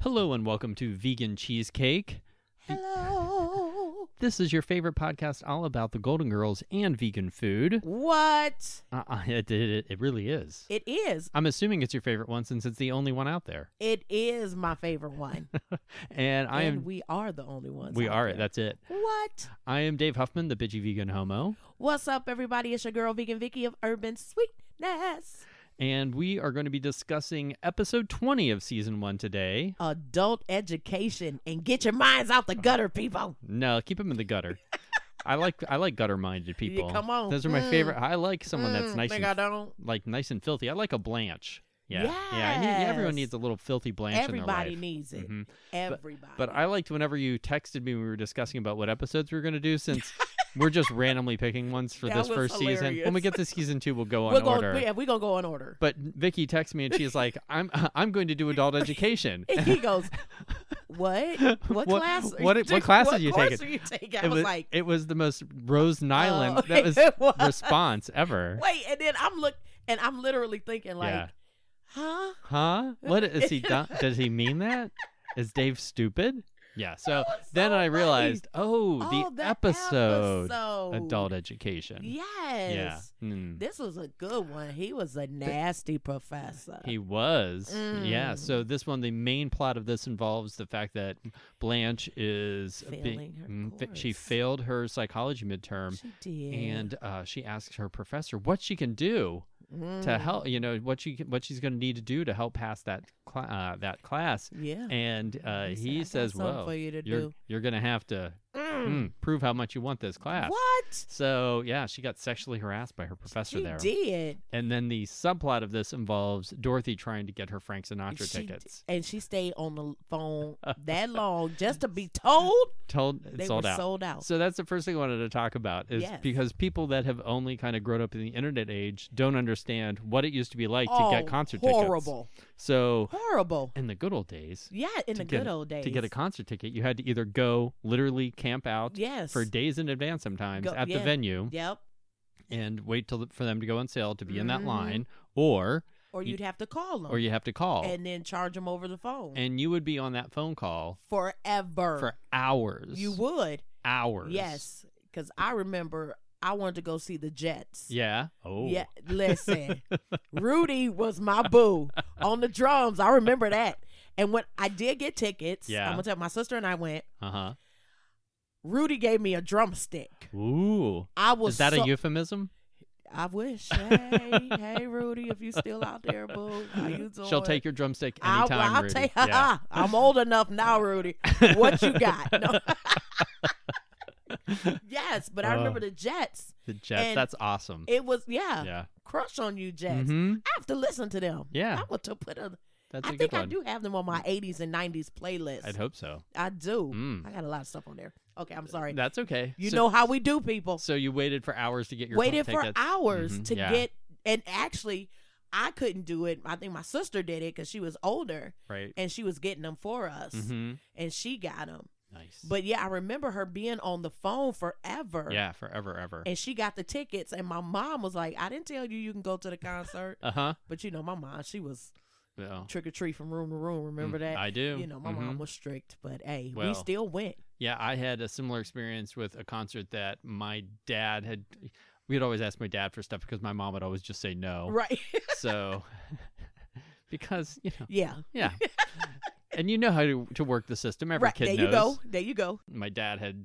Hello and welcome to Vegan Cheesecake. Hello. This is your favorite podcast all about the Golden Girls and vegan food. What? Uh, uh, it, it, it really is. It is. I'm assuming it's your favorite one since it's the only one out there. It is my favorite one. And I and am. we are the only ones. We out are it. there. That's it. What? I am Dave Huffman, the bitchy vegan homo, What's up, everybody? It's your girl, Vegan Vicky of Urban Sweetness. and we are going to be discussing episode 20 of season one today. Adult education and get your minds out Oh. the gutter, people. No, keep them in the gutter. I like I like gutter minded Yeah, people. come on. Those are my Mm. favorite. I like someone that's Mm, nice think and I don't. like nice and filthy. I like a Blanche. Yeah, yeah. I need- everyone Yes. needs a little filthy Blanche Everybody in their life. needs it. Mhm. Everybody. But I liked whenever you texted me when we were discussing about what episodes we were going to do, since we're just randomly picking ones for That this was first season. When we hilarious. get to season two, we'll go on we're gonna order. yeah, we're gonna go in order. But Vicky texts me and she's like, "I'm I'm going to do adult education." And he goes, What? What- What, class? are what- you what taking? class What are you course taking? Are you taking? I it was, was like, it was the most Rose Nyland Oh, that was, it was. response ever. Wait, and then I'm look and I'm literally thinking like, Yeah. huh? Huh? What is he? do- does he mean that? Is Dave stupid? Yeah. So was then Oh, I so funny. realized, oh, Oh, the episode, episode. adult education. Yes. Yeah. Mm. This was a good one. He was a nasty professor. He was. Yeah. Mm. So this one, the main plot of this involves the fact that Blanche is a big- Failing her fa- she course. failed her psychology midterm. she did. And uh, she asks her professor what she can do to Mm, help. You know what she can- what she's going to need to do to help pass that cla uh, that class. Yeah. And uh, He said, "I he got says, something "Well, for you to you're do." you're going to have to Mm. mm, prove how much you want this class." What? So yeah, she got sexually harassed by her professor She there. did. And then the subplot of this involves Dorothy trying to get her Frank Sinatra She d- tickets. And she stayed on the phone that long just to be told Told they sold were out. sold out. So that's the first thing I wanted to talk about is Yes. because people that have only kind of grown up in the internet age don't understand what it used to be like oh, to get concert tickets. horrible. So Horrible. in the good old days, Yeah, in to the get good a- old days. to get a concert ticket, you had to either go literally camp out Yes. for days in advance sometimes Go- at the yeah. venue Yep. and wait till the, for them to go on sale to be in that Mhm. line or Or You- you'd have to call them. or you have to call Oh. and then charge them over the phone Oh. and you would be on that phone call forever. for hours. you would, hours. yes, because I remember I wanted to go see the Jets. Yeah. Oh. Yeah, listen, Rudy was my boo on the drums. I remember that. And when I did get tickets, Yeah. I'm gonna tell my sister and I went. Uh huh. Rudy gave me a drumstick. Ooh. I was Is that so- a euphemism? I wish. Hey, hey, Rudy, if you still out there, boo, how you doing? She'll take your drumstick I'll, anytime. I'll Rudy. take. Yeah. I'm old enough now, Rudy. What you got? No. yes, but I Oh. remember the Jets. the Jets. And That's awesome. It was yeah, yeah. crush on you, Jets. Mm-hmm. I have to listen to them. Yeah. I want to put a. That's a I good think one. I do have them on my '80s and '90s playlist. would hope so. I do. Mm. I got a lot of stuff on there. Okay, I'm sorry. That's okay. you so, know how we do, people. So you waited for hours to get your Waited tickets. for hours Mhm, to yeah. get, and actually, I couldn't do it. I think my sister did it because she was older Right. and she was getting them for us, Mm-hmm. and she got them. Nice. But yeah, I remember her being on the phone forever. yeah, forever, ever. And she got the tickets, and my mom was like, "I didn't tell you you can go to the concert." Uh huh. But you know, my mom, she was trick or treat from room to room. Remember that? mm, I do. You know, my Mhm. mom was strict, but hey, we Well. still went. Yeah, I had a similar experience with a concert that my dad had. We'd always ask my dad for stuff because my mom would always just say no. Right? So, because you know, yeah. yeah, and you know how to, to work the system. Every right. kid There knows. you go. There you go. My dad had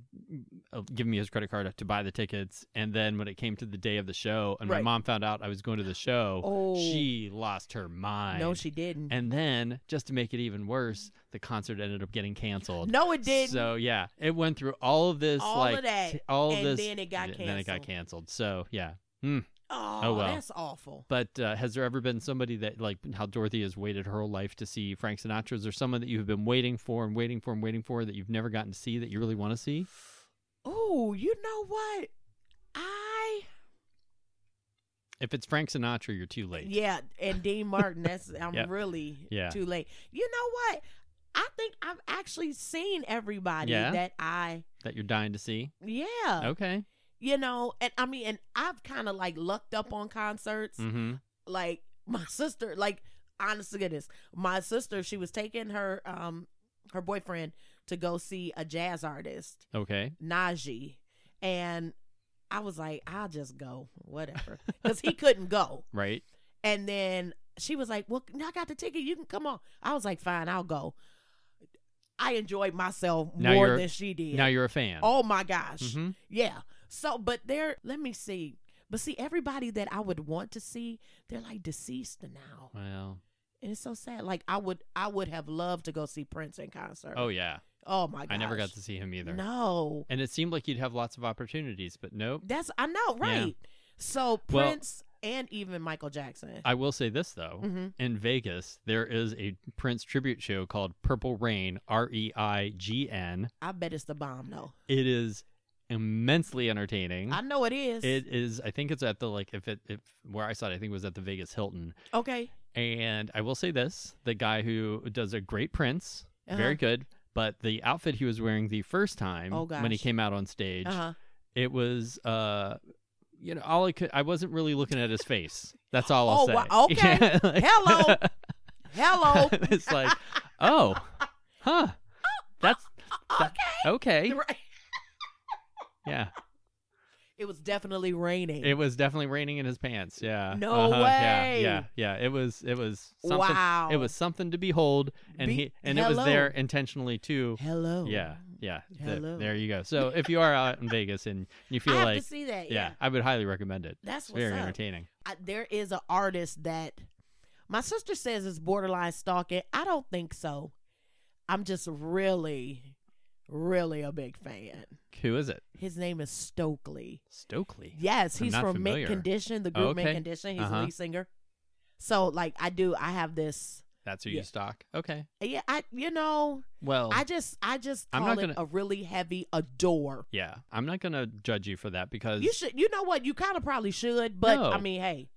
uh, given me his credit card to buy the tickets, and then when it came to the day of the show, and my Right. mom found out I was going to the show, Oh. she lost her mind. No, she didn't. And then, just to make it even worse, the concert ended up getting canceled. no, it didn't. So yeah, it went through all of this, All of like that, t- all of and this, then it got and then it got canceled. canceled. So yeah, oh, oh, well. that's awful. but uh, has there ever been somebody that like how Dorothy has waited her whole life to see Frank Sinatra? Is there someone that you've been waiting for and waiting for and waiting for that you've never gotten to see that you really want to see? Oh, you know what? I If it's Frank Sinatra, you're too late. yeah, and Dean Martin. That's I'm Yep. really Yeah. too late. You know what? I think I've actually seen everybody Yeah? that I That you're dying to see. yeah. Okay. You know, and I Mm. mean, and I've kind of like lucked up on concerts. Mm-hmm. Like my sister, like honest to goodness, my sister she was taking her um her boyfriend to go see a jazz artist, Okay. Najee, and I was like, I'll just go, whatever, because he couldn't go. Right. And then she was like, "Well, I got the ticket. You can come on." I was like, "Fine, I'll go." I enjoyed myself Now more you're- than she did. Now you're a fan. oh my gosh, Mhm. yeah. So, but there, let me see. But see, everybody that I would want to see, they're like deceased now, Well. and it's so sad. Like I would, I would have loved to go see Prince in concert. Oh yeah. Oh my gosh, I never got to see him either. No, And it seemed like you'd have lots of opportunities, but nope. that's I know, right? So Well- Prince and even Michael Jackson. I will say this though. hmm In Vegas, there is a Prince tribute show called Purple Rain, R E I G N. I bet it's the bomb, though. It is immensely entertaining. I know it is. Mm-hmm. It is. I think it's at the like if it if where I saw it. I think it was at the Vegas Hilton. okay. And I will say this: the guy who does a great Prince, Uh-huh. very good. But the outfit he was wearing the first time Oh, when he gosh. came out on stage, Uh-huh. it was uh, you know, all I could. I wasn't really looking at his face. That's all I'll Oh, say. wow, okay. Yeah, like- Hello. Hello. it's like, oh, huh. That's That- okay. Right. Yeah. It was definitely raining. It was definitely raining in his pants. Yeah. Uh-huh. No Yeah, way. yeah. Yeah. It was. It was. Something, wow. It was something to behold, and Be- he and it hello. was there intentionally too. Hello. Yeah. Yeah. The- Hello. there you go. So if you are out in Vegas and you I feel have like, to see that. Yeah. yeah, I would highly recommend it. That's It's what's very up. entertaining. I, there is an artist that my sister says is borderline stalking. I don't think so. I'm just really, really a big fan. Who is it? His name is Stokely. Stokely. Yes, I'm he's not from familiar. Mint Condition, the group Mint Okay. Condition. He's the Uh-huh. lead singer. So, like, I do, I have this. That's who Yeah. you stalk. Okay. Yeah, I, you know, Well, I just, I just I'm call not it gonna- a really heavy adore. yeah, I'm not gonna judge you for that because You should, you know what? You kind of probably should, but No. I mean, hey,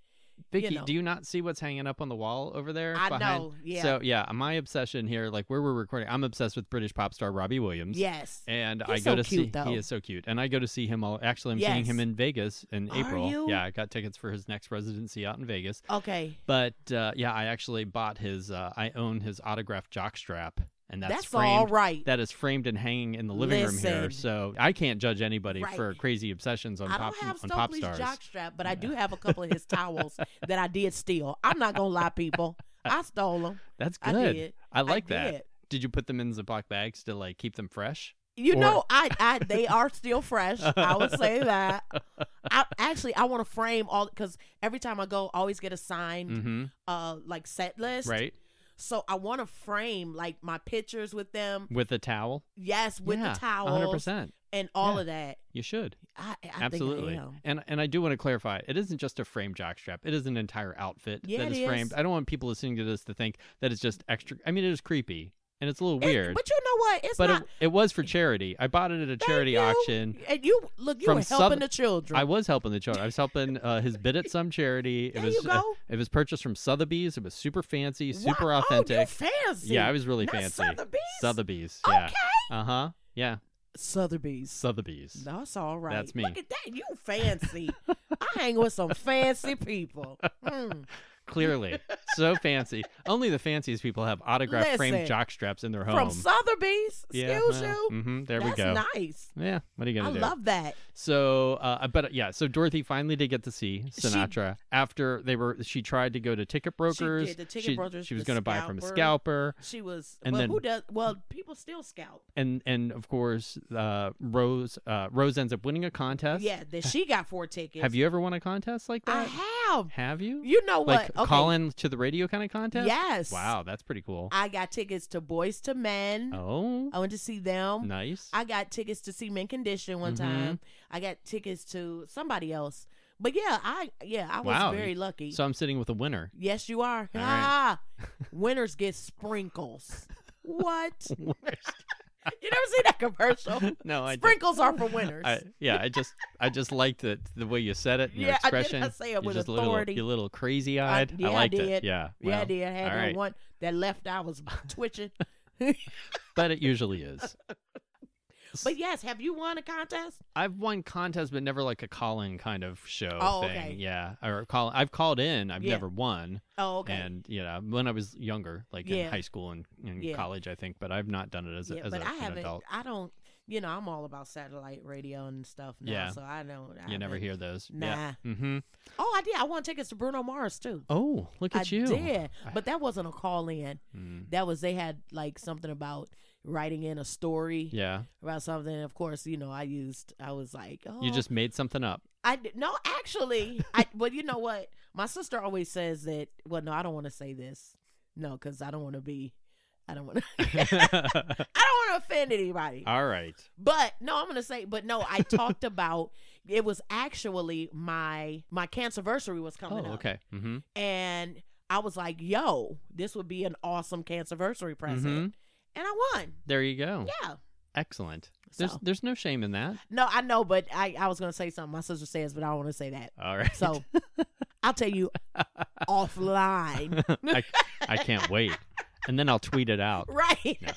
Vicky, know. do you not see what's hanging up on the wall over there? I behind? know, yeah. So yeah, my obsession here, like where we're recording, I'm obsessed with British pop star Robbie Williams. yes. And I He's go so to cute, see though. he is so cute, and I go to see him. All actually, I'm seeing him Yes. in Vegas in Are April. you? Yeah, I got tickets for his next residency out in Vegas. Okay, But uh, yeah, I actually bought his. Uh, I own his autographed jockstrap, and that's, that's, framed. all right. That is framed and hanging in the living room Listen. here, so I can't judge anybody Right. for crazy obsessions on I pop don't have on pop Stokely's stars. jockstrap, but I do have a couple of his towels that I did steal. I'm not gonna lie, people. I stole them. That's I good. did. I like that. did. Did you put them in Ziploc bags to like keep them fresh? You Or- know, I, I they are still fresh. I would say that. I actually I want to frame all because every time I go, I always get a signed Mm-hmm. uh like set list. Right. So I want to frame like my pictures with them. With a towel. Yes, with yeah, the towels 100%. and all Yeah. of that. You should. I, I Absolutely. Think I am. And and I do want to clarify, it isn't just a frame jockstrap. It is an entire outfit Yeah, that it is, is. framed. I don't want people listening to this to think that it's just extra I mean it is creepy and it's a little It- weird. but you know what? It's but not. it, it was for charity. I bought it at a thank charity you. auction. And you look, you from were helping Southern- the children. I was helping the children. I was helping uh, his bid at some charity. It there was you uh, go. it was purchased from Sotheby's. It was super fancy, super Wow. Oh, you authentic. fancy. yeah, I was really Not fancy. Sotheby's. Sotheby's. Okay. Yeah. Uh huh. Yeah. Sotheby's. Sotheby's. That's all right. That's me. Look at that. You fancy. I hang with some fancy people. Mm. Clearly. so fancy. Only the fanciest people have autographed framed Listen, jock straps in their home. From Sotheby's. yeah, Excuse well, you. mhm, there That's we go. nice. yeah. What are you I gonna do? love that. so, uh, but yeah. So Dorothy finally did get to see Sinatra after they were. She tried to go to ticket brokers. the ticket brokers, She was the gonna buy from a scalper, scalper. She was. And well, then- who does? Well, people still scalp. and and of course, uh, Rose. Uh, Rose ends up winning a contest. Yeah, that she got four tickets. Have you ever won a contest like I that? have. Have you? You know like what? Okay. call in to the radio kind of contest? Yes. Wow, that's pretty cool. I got tickets to Boys to Men. oh, I went to see them. nice. I got tickets to see Men Condition one Mhm. time. I got tickets to somebody else. But yeah, I yeah I was Wow, very you- lucky. so I'm sitting with a winner. yes, you are. All right. Ah, winners get sprinkles. what? no, You never see that commercial? Oh, I didn't. sprinkles are for winners. I, yeah, I just I just liked it the way you said it, and your Yeah, I did. I expression. say it You're with just a authority. Little, you little crazy eyed. yeah, I liked did. it. Yeah. yeah, I well, did. I had all that right. one that left eye was twitching. But it usually is. But yes, have you won a contest? I've won contests, but never like a call-in kind of show Oh, thing. okay. Yeah, or call. I've called in. I've Yeah. never won. Oh, okay. And you know, when I was younger, like Yeah. in high school and, and Yeah. college, I think, but I've not done it as, a, yeah, as but a- I I an haven't. adult. I don't. You know, I'm all about satellite radio and stuff now, Yeah. so I don't. I You never haven't- hear those. Yeah. Nah. Mm-hmm. Oh, I did. I won tickets to Bruno Mars too. Oh, look at I you. did, I- but that wasn't a call in. Mm. That was they had like something about writing in a story Yeah. about something. Of course, you know, I used. I was like, oh, You just made something up. I d- no, actually, I well, you know what? My sister always says that. Well, no, I don't want to say this. No, because I don't want to be. I don't want to. I don't want to offend anybody. All right. But no, I'm gonna say. But no, I talked about. It was actually my my cancerversary was Oh, coming up, okay. Mm-hmm. and I was like, "Yo, this would be an awesome cancerversary present," Mhm. and I won. There you go. Yeah. Excellent. There's So. there's no shame in that. No, I know, but I I was gonna say something. My sister says, but I don't want to say that. All right. So I'll tell you offline. I, I can't wait. And then I'll tweet it out. Right. No.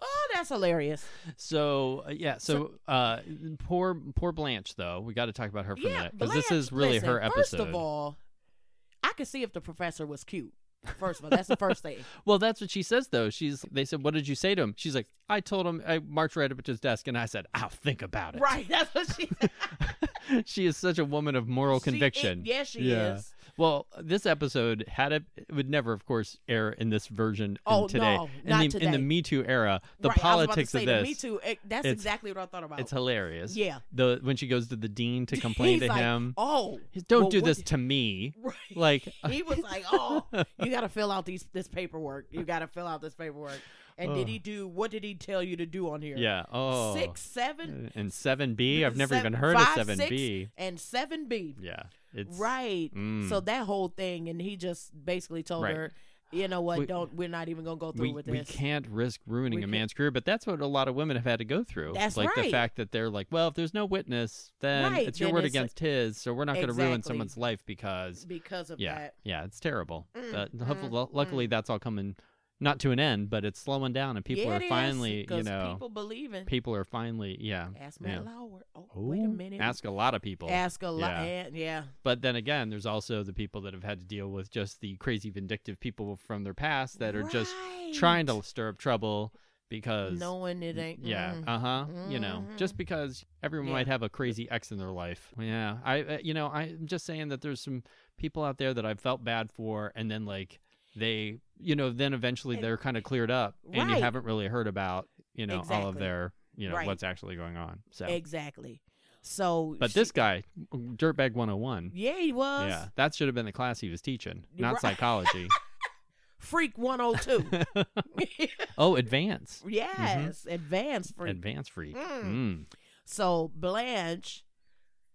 oh, that's hilarious. So uh, yeah, so, uh, poor poor Blanche though. We got to talk about her for a yeah, minute because this Blanche, is really listen, her episode. First of all, I could see if the professor was cute. First of all, that's the first thing. well, that's what she says though. She's they said, "What did you say to him?" She's like, "I told him." I marched right up to his desk and I said, "I'll think about it." right. That's what she said. she is such a woman of moral She conviction. Is, yes, she Yeah. is. Well, this episode had it, it would never, of course, air in this version in Oh, today. no, in not the in today. the Me Too era, the right. politics I was about to say of this. The Me too. It- that's It's- exactly what I thought about. It's hilarious. yeah. The when she goes to the dean to complain He's to like, him. Oh, he's, Don't well, do what this did- to me. Right. Like uh, he was like, "Oh, you got to fill out these this paperwork. You got to fill out this paperwork." And Oh. did he do? What did he tell you to do on here? Yeah. Oh. six, seven, And seven B. I've never Seven- even heard five, of seven B. six, and seven B. Yeah. It's Right. Mm. So that whole thing, and he just basically told Right. her, "You know what? We- don't. We're not even gonna go through we, with we this." can't risk ruining We a can't- man's career, but that's what a lot of women have had to go through. That's like the right. fact that they're like, well, if there's no witness, then Right, it's your then word it's like- against his, so we're not going to ruin Exactly. someone's life because because of yeah, that. yeah, it's terrible. Mm, but hopefully, mm, lu- luckily, that's all coming not to an end, but it's slowing down, and people Yeah, are it is, finally, you 'cause know, people believing. people are finally, yeah. Ask Matt yeah. Lauer. Oh, wait a Ooh, minute. Ask a lot of people. Ask a lot. Yeah. and- Yeah. But then again, there's also the people that have had to deal with just the crazy vindictive people from their past that are just trying to Right. stir up trouble because knowing it ain't. yeah, mm. uh huh. You know, just because everyone Yeah. might have a crazy ex in their life. Yeah, I, uh, you know, I'm just saying that there's some people out there that I've felt bad for, and then like they, you know, then eventually And- they're kind of cleared up, and you Right. haven't really heard about, you know, all of Exactly. their, you know, Right. what's actually going on. So, Exactly. So. but she- this guy, dirtbag 101. Yeah, he was. Yeah, that should have been the class he was teaching, not Right. psychology. Freak 102. oh, advance, yes. Advanced freak. advanced freak. Mm. So Blanche,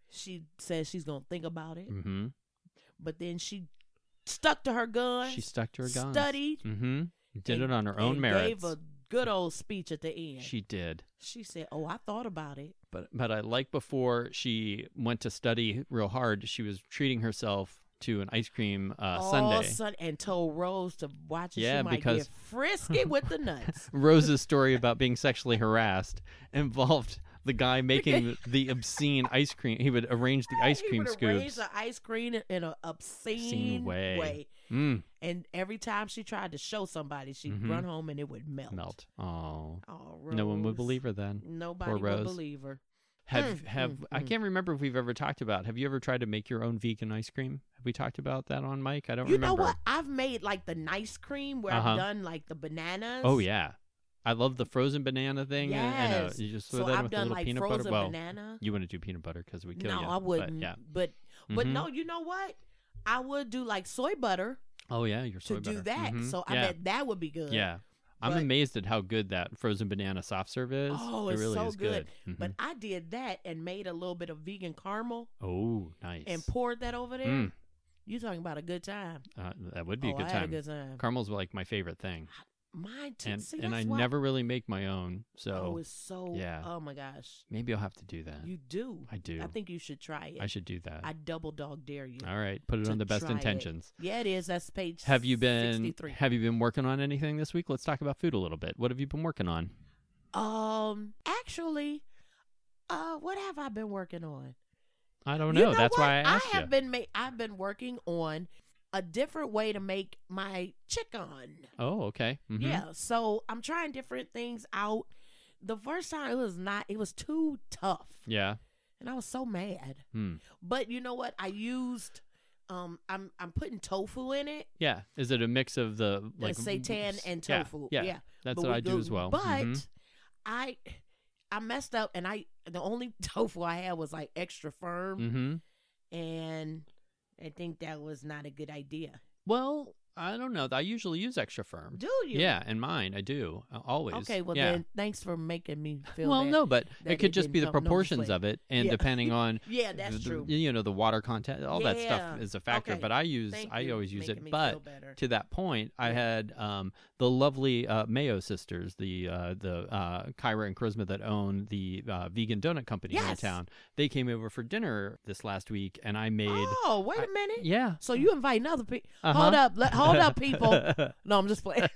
she says she's gonna think about it, Mm-hmm. but then she stuck to her gun. She stuck to her guns. studied. Mm-hmm. Did and- it on her own and merits. Gave a good old speech at the end. She, She did. said, "Oh, I thought about it. But but I like before she went to study real hard, she was treating herself to an ice cream uh, All Sunday. sun- and told Rose to watch it. Yeah, she might because- get frisky with the nuts. Rose's story about being sexually harassed involved the guy making the obscene ice cream. He would arrange the ice He cream would arrange scoops. the ice cream in an obscene, way. way. Mm, and every time she tried to show somebody, she'd Mhm. run home and it would melt. melt. Oh, Oh, no one would Rose. believe her then. Nobody Poor Rose. would believe her. Have Mm, have mm, I mm. can't remember if we've ever talked about. Have you ever tried to make your own vegan ice cream? Have we talked about that on Mike? I don't You know remember. what? I've made like the nice cream where Uh-huh. I've done like the bananas. Oh yeah, I love the frozen banana thing. and- And, uh, Yes. you just throw So that in I've with a done little like peanut frozen butter. Well, banana. you wouldn't do peanut butter because we kill No, you. I but wouldn't. But yeah. but, Mhm. no, you know what? I would do like soy butter Oh yeah, you're to do that. So Mm-hmm. I yeah. bet that would be good. Yeah. I'm but- amazed at how good that frozen banana soft serve is. Oh, it it's really so is good. Mhm. But I did that and made a little bit of vegan caramel oh, nice. and poured that over there. Mm, You talking about a good time? uh, that would be oh, a good I time. had a good time. Caramel's like my favorite thing, Mine too. and See, and I that's why- never really make my own. Oh, So it's so. yeah. Oh my gosh, maybe I'll have to do that. you do. I do. I think you should try it. I should do that. I double dog dare you. All right, put it to on the best try it. intentions. Yeah, it is. That's page. Have you been 63. Have you been working on anything this week? Let's talk about food a little bit. What have you been working on? Um, actually, uh, what have I been working on? I don't You know. That's why I what? asked have you. been ma- I've been working on a different way to make my chicken. Oh, okay. Mhm. Yeah, so I'm trying different things out. The first time it was not it was too tough, Yeah. and I was so mad. Hmm. But you know what? I used um I'm I'm putting tofu in it, Yeah. Is it a mix of the like like seitan s- and yeah, tofu. Yeah. That's but what we I do go- as well. But Mhm. I I messed up and I the only tofu I had was like extra firm Mhm. and I think that was not a good idea. Well, I don't know. I usually use extra firm. Do you? Yeah, and mine I do uh, always. Okay, well yeah. then thanks for making me feel well, bad. no, but that it could it just be the didn't come- no, I'm just proportions playing. of it, and Yeah. depending on Yeah, that's the- true. You know, the water content, all that stuff Yeah. is a factor. Okay. But I use, Thank I you always for use making it. me But feel better. to that point, I Yeah. had um, the lovely uh, Mayo sisters, the uh, the uh, Kyra and Charisma that own the uh, vegan donut company here in Yes. town. They came over for dinner this last week, and I made. oh, wait I- a minute. Yeah. So you inviting other people? Uh-huh. Hold up, let, hold up, people. No, I'm just playing.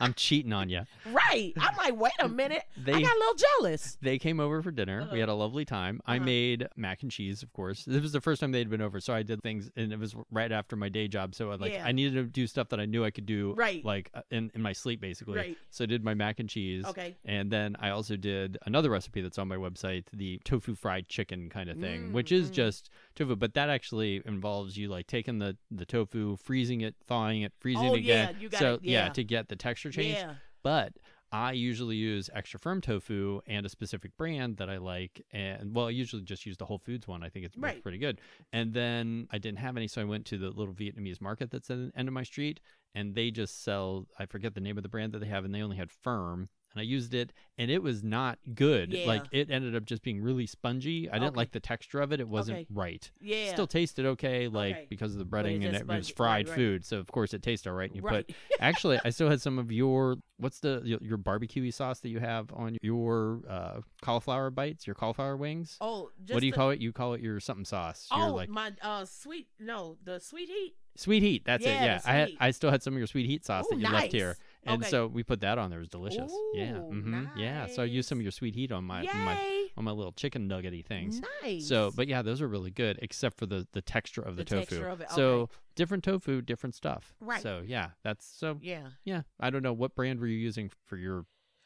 I'm cheating on you. right? I'm like, wait a minute. They I got a little jealous. They came over for dinner. We Uh-huh. had a lovely time. I Uh-huh. made mac and cheese, of course. This was the first time they'd been over, so I did things, and it was right after my day job. So I, like Yeah. I needed to do stuff that I knew I could do, Right. Like uh, in in my sleep, basically. Right. So I did my mac and cheese. Okay. And then I also did another recipe that's on my website, the tofu fried chicken kind of thing, Mm, which is mm. just tofu, but that actually involves you like taking the, the tofu, freezing it, thawing it, freezing Oh, it again. yeah, you gotta- so yeah. to get the texture change Yeah. but I usually use extra firm tofu and a specific brand that I like. And well, I usually just use the Whole Foods one. I think it's works Right. pretty good. And then I didn't have any, so I went to the little Vietnamese market that's at the end of my street, and they just sell, I forget the name of the brand that they have, and they only had firm. And I used it, and it was not good. Yeah. Like it ended up just being really spongy. I didn't Okay. like the texture of it. It wasn't Okay. right. Yeah. Still tasted okay, like Okay. because of the it's breading and just it was spongy. Right, fried right. food. So of course it tastes all right. And you put right. Actually, I still had some of your what's the your, your barbecue sauce that you have on your uh, cauliflower bites, your cauliflower wings. oh, just what do you the- call it? You call it your something sauce. Your Oh, like my uh, sweet no, the sweet heat. sweet heat. That's Yeah, it. Yeah, the I had, sweet. I still had some of Uh, your sweet heat sauce Ooh, that you left here, nice. and Okay. so we put that on there. It was delicious. yeah, Ooh, mhm, yeah. So I used some of nice. your sweet heat on my Yay! on my on my little chicken nuggety things. Nice. So, but yeah, those are really good, except for the the texture of the, The tofu. texture of it, So different tofu, different stuff. Right. So yeah, that's so yeah. yeah, I don't know what brand were you using for your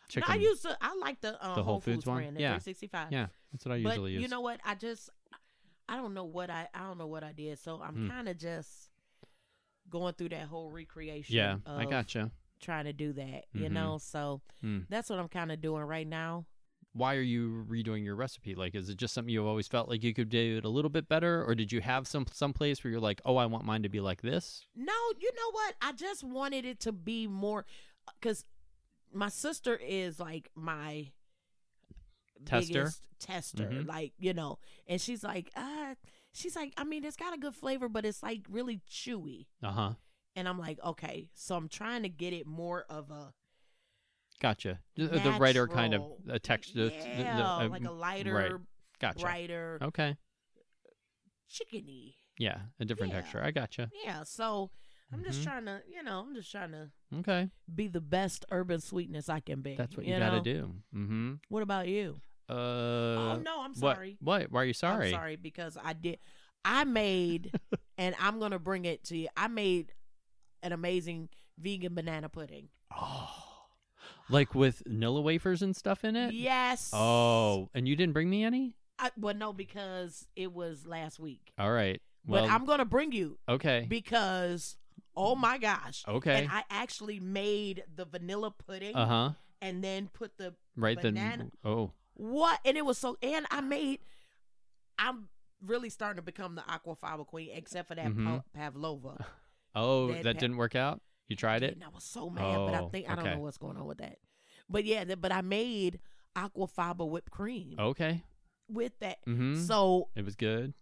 chicken. No, I used to. I like the um, Whole Whole Foods Foods, one? brand, the Yeah. 365. Yeah, That's what I usually but use. you know what? I just I don't know what I I don't know what I did. So I'm Hmm. kind of just going through that whole recreation. yeah, of I gotcha. Trying to do that, you Mhm. know. So Hmm. that's what I'm kind of doing right now. Why are you redoing your recipe? Like, is it just something you've always felt like you could do it a little bit better, or did you have some some place where you're like, oh, I want mine to be like this? No, you know what? I just wanted it to be more because my sister is like my Tester? biggest tester, Mhm. like you know, and she's like, uh, she's like, I mean, it's got a good flavor, but it's like really chewy. Uh huh. and I'm like, okay, so I'm trying to get it more of a Gotcha. Th- The writer kind of uh, Natural. a texture. yeah, like a lighter, uh, um, gotcha. Oh. brighter, Okay. chickeny. Yeah, a different Yeah. texture. I gotcha. Yeah, so I'm just Mhm. trying to, you know, I'm just trying to Mm-hmm, Okay, be the best urban sweetness I can be. that's what you, got to know? do. Mm-hmm. What about you? Uh, oh no, I'm what? sorry. What? Why are you sorry? I'm sorry because I did. I made, and I'm gonna bring it to you. I made an amazing vegan banana pudding. Oh, like with Nilla wafers and stuff in it. Yes. Oh, and you didn't bring me any? I, well, no, because it was last week. All right. Well, but I'm gonna bring you okay. because oh my gosh. okay. And I actually made the vanilla pudding Uh huh. and then put the Right then. banana- Oh, what and it was so and I made I'm really starting to become the aquafaba queen except for that Mhm. pa- pavlova. oh, That that pa- didn't work out. You tried it. And I was so mad, but I Oh, think I don't okay. know what's going on with that. But yeah, th- but I made aquafaba whipped cream Okay. with that. Mm-hmm. So it was good.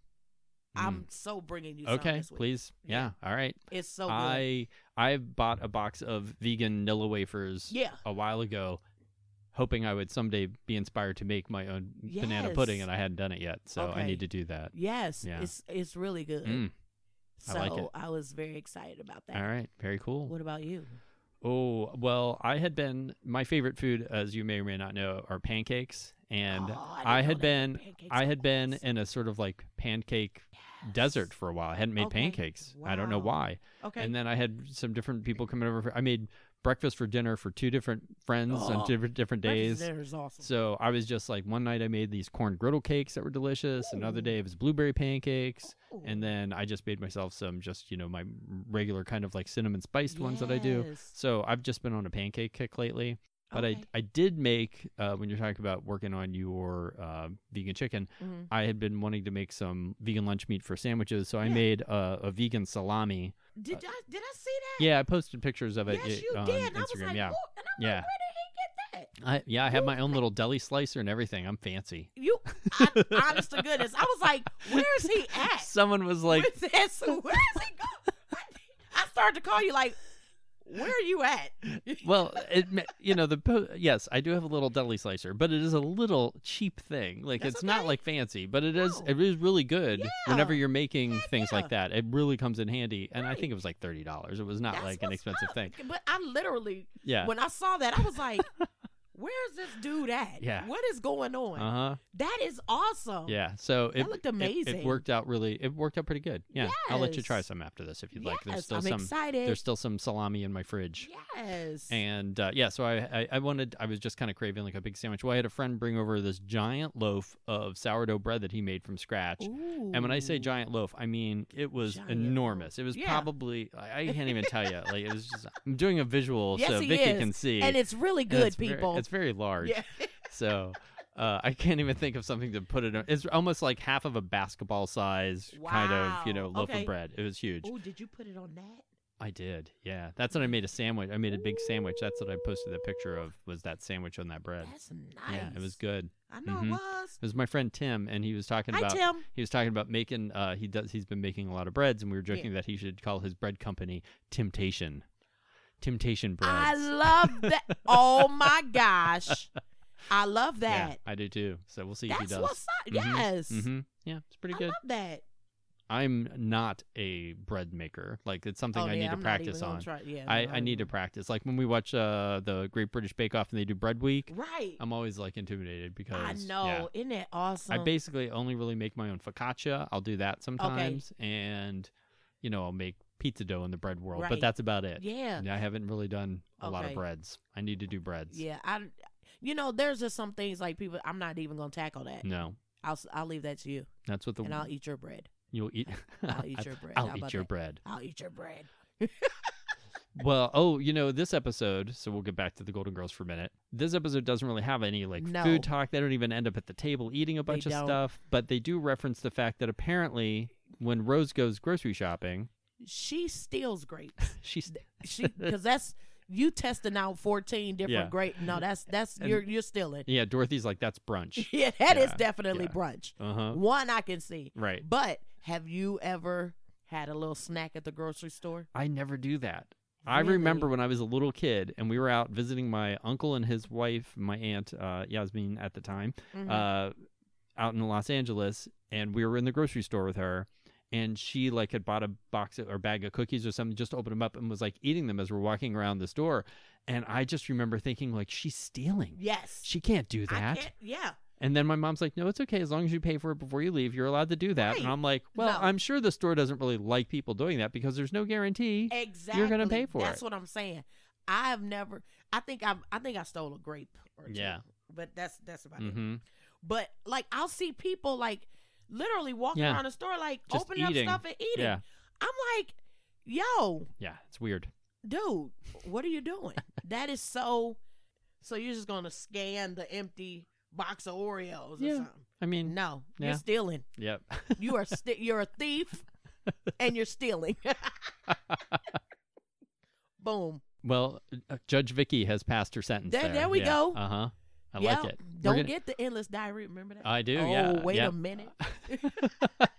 I'm so bringing you Mm. some okay. this week. Please. Yeah. Yeah. All right. It's so good. I I bought a box of vegan Nilla wafers yeah. a while ago, hoping I would someday be inspired to make my own banana pudding, Yes. and I hadn't done it yet, so I Okay. need to do that. Yes. Yeah. It's it's really good. Mm. I So like it. I was very excited about that. All right. Very cool. What about you? Oh, well, I had been my favorite food, as you may or may not know, are pancakes. And Oh, didn't I know had that. been Pancakes I are had been awesome. in a sort of like pancake Yes. desert for a while. I hadn't made Okay. pancakes. I don't know Wow. why. Okay. And then I had some different people coming over. For, I made breakfast for dinner for two different friends on Oh, different different days. There is awesome. So I was just like, one night I made these corn griddle cakes that were delicious. Another Ooh. day it was blueberry pancakes. Ooh. And then I just made myself some, just, you know, my regular kind of like cinnamon spiced ones that I do. Yes. So I've just been on a pancake kick lately. But Okay. I, I did make, uh, when you're talking about working on your uh, vegan chicken, Mhm. I had been wanting to make some vegan lunch meat for sandwiches. So I Yeah. made uh, a vegan salami. Did I did I see that? Uh, Yeah, I posted pictures of it Yes, uh, you on did. And I was Instagram. like, yeah. "Ooh," and I'm Yeah. like, where did he get that? I, yeah, I have you- my own little deli slicer and everything. I'm fancy. You, I, honest to goodness, I was like, where's he at? Someone was like, Where's this- where is he going? I started to call you like, where are you at? well, it, ma- you know, the po- yes, I do have a little deli slicer, but it is a little cheap thing. Like That's it's not okay. like fancy, but it is No. it is really good whenever Yeah. you're making Heck things yeah. like that. It really comes in handy, and I Right. think it was like thirty dollars. It was not That's like an what's expensive up. thing. But I literally, Yeah. when I saw that, I was like, where's this dude at? Yeah. What is going on? Uh huh. That is awesome. Yeah. So it Oh. that looked it- It, amazing. worked out really. It worked out pretty good. Yeah. I'll let you try Yes. some after this if you'd yes, like. There's still I'm some. excited. There's still some salami in my fridge. yes. And uh, yeah, so I, I, I wanted, I was just kind of craving like a big sandwich. Well, I had a friend bring over this giant loaf of sourdough bread that he made from scratch. And when I say Ooh. giant loaf, I mean it was Giant loaf. enormous. It was Yeah. probably, I, I can't even tell you. Like, it was just, I'm doing a visual Yes, so he Vicky is. can see. and it's really And good, it's ver- people. it's very large. yeah. So. Uh, I can't even think of something to put it on. It's almost like half of a basketball size kind of, you know, Wow. loaf Okay. of bread. It was huge. Oh, did you put it on that? I did. Yeah. That's when I made a sandwich. I made a big sandwich. That's what I posted the picture of was that sandwich on that bread. That's nice. Yeah, it was good. I know Mhm. it was. It was my friend Tim and he was talking Hi, about Tim. he was talking about making uh he does he's been making a lot of breads and we were joking that he should call his bread company Temptation. Temptation breads. I love that. oh my gosh, I love Yeah, that. I do too. So we'll see if he That's does. what's up. Mhm, Yes, hmm Yeah, it's pretty I good. love that. I'm not a bread maker. Like it's something oh, I yeah, need to I'm not practice even gonna on. Try, yeah, I, no, I need to don't- practice. Like when we watch uh the Great British Bake Off and they do bread week, Right. I'm always like intimidated because I know. um, yeah. Isn't it awesome? I basically only really make my own focaccia. I'll do that sometimes, and you know I'll make pizza dough in the bread world, but Right. that's about it. Yeah. And I haven't really done a lot of Okay. breads. I need to do breads. Yeah. I. You know, there's just some things like people. I'm not even gonna tackle that. No, I'll s- I'll leave that to you, that's what Mm-hmm. the and I'll eat your bread. you'll eat. I'll eat your bread. I'll How eat about your that? bread. I'll eat your bread. Well, oh, you know, this episode, so we'll get back to the Golden Girls for a minute. This episode doesn't really have any like No. food talk. They don't even end up at the table eating a bunch of don't. stuff, but they do reference the fact that apparently when Rose goes grocery shopping, She steals grapes. she's She because that's you testing out 14 different Yeah. grape. No, that's that's And- you're you're stealing. Yeah, Dorothy's like that's brunch. Yeah, that is Yeah, definitely yeah. brunch. Uh-huh. One I can see. Right. But have you ever had a little snack at the grocery store? I never do that. I remember Really? when I was a little kid and we were out visiting my uncle and his wife, my aunt uh, Yasmin at the time, Mhm. uh, out in Los Angeles, and we were in the grocery store with her, and she like had bought a box of, or bag of cookies or something, just opened them up and was like eating them as we're walking around the store, and I just remember thinking like she's stealing. yes. She can't do I that. can't- yeah. And then my mom's like, "No, it's okay as long as you pay for it before you leave. You're allowed to do that." And Right. I'm like, "Well, No. I'm sure the store doesn't really like people doing that because there's no guarantee." Exactly. gonna pay for That's it. what I'm saying. I've never I think I I think I stole a grape or two. Yeah. But that's that's about it. Mm-hmm. But like I'll see people like literally walking Yeah. around the store like Just opening eating. up stuff and eating. Yeah, I'm like, yo, yeah, it's weird. dude, what are you doing? that is so. So you're just gonna scan the empty box of Oreos or Yeah. something? I mean, No, Yeah. you're stealing. yep. You are sti- you're a thief, and you're stealing. Boom. Well, uh, Judge Vicky has passed her sentence. There- There, there we go. Uh huh. I Yeah, like it. We're Don't gonna- get the endless diary. Remember that? I do. Oh, yeah. wait yeah. a minute.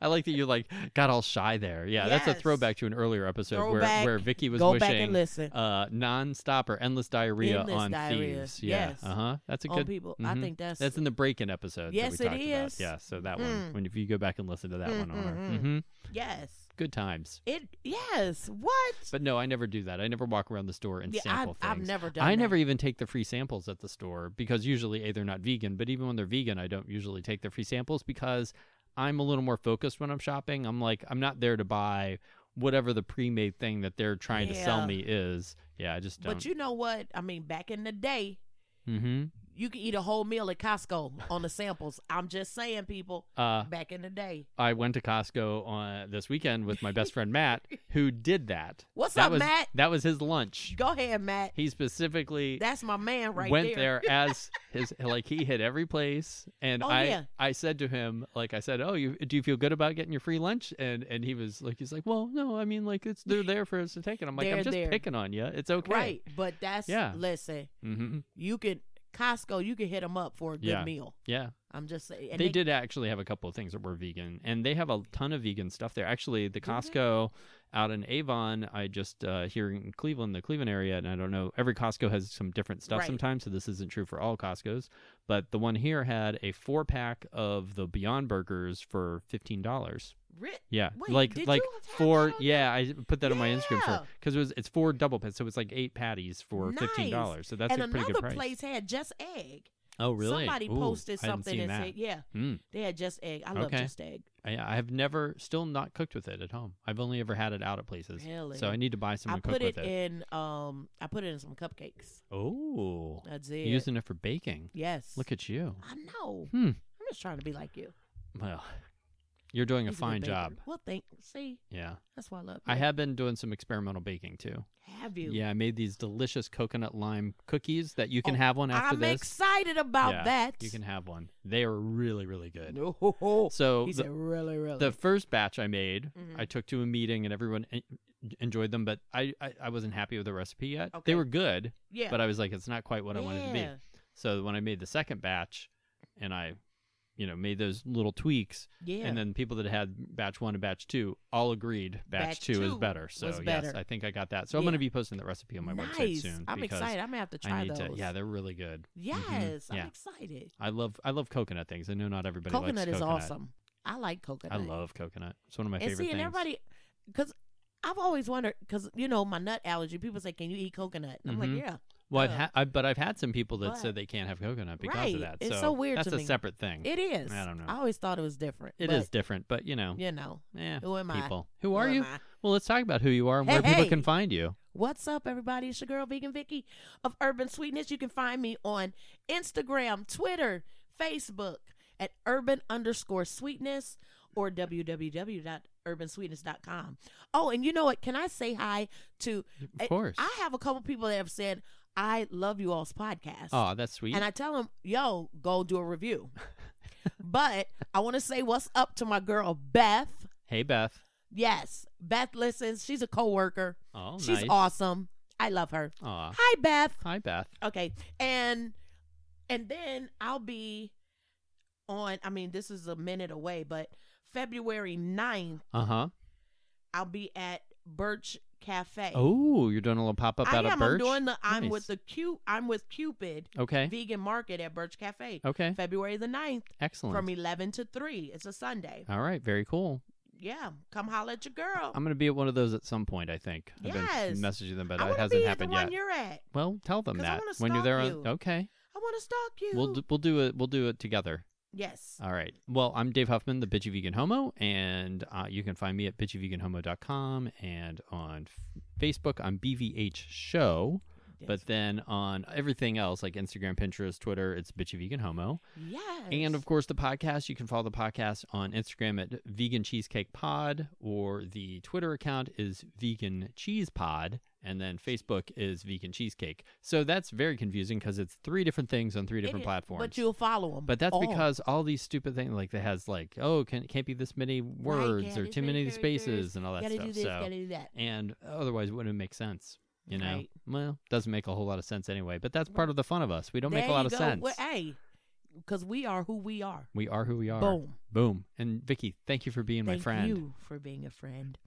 I like that you like got all shy there. Yeah, that's a Yes. throwback to an earlier episode Throwback. where where Vicky was Go back wishing and listen uh non-stop or endless diarrhea Endless on diarrhea. thieves. Yeah. Yes. Uh-huh. That's a on good people. mhm. I think that's, That's in the break-in episode. Yes, that we it talked is. About. Yeah, so that Mm. Mm-hmm. one. When if you go back and listen to that one on our Mm-mm-mm. Mhm. yes. good times. It yes. What? But no, I never do that. I never walk around the store and yeah, I've, sample I've things. never done. I that. never even take the free samples at the store because usually a they're not vegan, but even when they're vegan, I don't usually take the free samples because I'm a little more focused when I'm shopping. I'm like I'm not there to buy whatever the pre-made thing that they're trying to sell Yeah. me is. Yeah, I just don't. But you know what? I mean, back in the day, mm-hmm. you could eat a whole meal at Costco on the samples. I'm just saying, people. Uh, Back in the day, I went to Costco on this weekend with my best friend Matt, who did that. what's that up, was Matt? that was his lunch. Go ahead, Matt. He specifically That's my man right went there. as his like he hit every place and Oh, i yeah. i said to him like i said oh you do you feel good about getting your free lunch and and he was like he's like well no i mean like it's they're there for us to take and i'm like i'm They're just there. picking on you it's okay Right, but that's Yeah. Listen, hmm you can Costco. You can hit them up for a good Yeah. meal. yeah I'm just saying. they, did actually have a couple of things that were vegan and they have a ton of vegan stuff there actually the Do they? costco out in avon i just uh here in cleveland the cleveland area and i don't know every costco has some different stuff Right. sometimes so this isn't true for all costcos but the one here had a four pack of the beyond burgers for $15 Ri- yeah Wait, like did like you have that four on your- yeah i put that on my instagram Yeah. for because it was it's four double pits so it's like eight patties for Nice. $15 so that's and a pretty another good price place had just egg. oh really Somebody Ooh, posted I haven't something seen and that. said, "Yeah, Mm. they had just egg. I love Okay. just egg." I, I have never, still not cooked with it at home. I've only ever had it out at places. Really? So I need to buy some I and cook put it, with it. in. Um, I put it in some cupcakes. Oh, That's it. you're using it for baking. yes. Look at you. I know. Hmm. I'm just trying to be like you. Well, you're doing a He's good fine baker. job. Well, thank. See, Yeah. that's why I love. I you. have been doing some experimental baking too. Have you? Yeah, I made these delicious coconut lime cookies that you can Oh, have one after I'm this. excited about Yeah, that. You can have one. They are really, really good. No. So He the- said, "Really, really." the first batch I made, Mhm. I took to a meeting and everyone en- enjoyed them, but I, I, I wasn't happy with the recipe yet. Okay. They were good, yeah. but I was like, it's not quite what I wanted it to be. Yeah. So when I made the second batch, and I, you know, made those little tweaks, Yeah. and then people that had batch one and batch two all agreed batch, Batch two, is two better. So was yes, better. I think I got that. So I'm going Yeah. to be posting that recipe on my nice. website soon. I'm because excited. I'm gonna have to try I need those. to. Yeah, they're really good. Mm-hmm. Yes, I'm Yeah. excited. I love I love coconut things. I know not everybody likes coconut is coconut. awesome. I like coconut. I love coconut. It's one of my and favorite see, and things. everybody, because I've always wondered, because you know my nut allergy. People say, "Can you eat coconut?" And I'm Mhm. like, "Yeah." well, I've uh, ha- I, but I've had some people that but- said they can't have coconut because of Right. that. It's so so weird That's to a me. separate thing. It is. I don't know. I always thought it was different. It but, is different, but you know, You know, eh, who am I? people. Who Who are am you? I? Well, let's talk about who you are and Hey, where people hey. can find you. What's up, everybody? It's your girl, Vegan Vicky of Urban Sweetness. You can find me on Instagram, Twitter, Facebook at urban underscore sweetness or www.urbansweetness.com. Oh, and you know what? Can I say hi to. Of course. I have a couple people that have said, I love you all's podcast. Oh, that's sweet. And I tell them, yo, go do a review. but I want to say what's up to my girl, Beth. hey, Beth. Yes, Beth listens. She's a coworker. Oh, She's nice. awesome. I love her. Aw. Hi, Beth. Hi, Beth. Okay, and and then I'll be on. I mean, this is a minute away, but February 9th, Uh huh. I'll be at Birch Cafe. Oh, you're doing a little pop up I out am. of Birch. I'm doing the. I'm with Nice. the Q. I'm with Cupid okay. Vegan Market at Birch Cafe, Okay. February the 9th Excellent. from 11 to 3. It's a Sunday. All right. Very cool. Yeah, come holla at your girl. Uh, I'm gonna be at one of those at some point. I think. Yes. I've been messaging them, but I it wanna hasn't be at the happened one yet. you're at. Well, tell them 'Cause I that wanna when you're stalk there. you. On, okay. I want to stalk you. We'll do, Uh, we'll do it. We'll do it together. yes. All right. Well, I'm Dave Huffman, the Bitchy Vegan Homo, and uh, you can find me at bitchyveganhomo.com and on F- Facebook. I'm BVH Show, but then on everything else like Instagram, Pinterest, Twitter, it's Bitchy Vegan Homo, yes. and of course the podcast. You can follow the podcast on Instagram at Vegan Cheesecake Pod, or the Twitter account is Vegan Cheese Pod, and then Facebook is Vegan Cheesecake. So that's very confusing because it's three different things on three It different is, platforms. But you'll follow Oh, them. But that's because all these stupid things, like that has like, oh, can can't be this many words can't or be too this many many characters. spaces and all that gotta stuff. do this, so gotta do that. and otherwise, it wouldn't make sense. You know, Right. well, doesn't make a whole lot of sense anyway. But that's part of the fun of us. We don't make There a lot you of go. sense. Well, hey, because we are who we are. We are who we are. Boom. Boom. And Vicky, thank you for being Thank my friend. you for being a friend.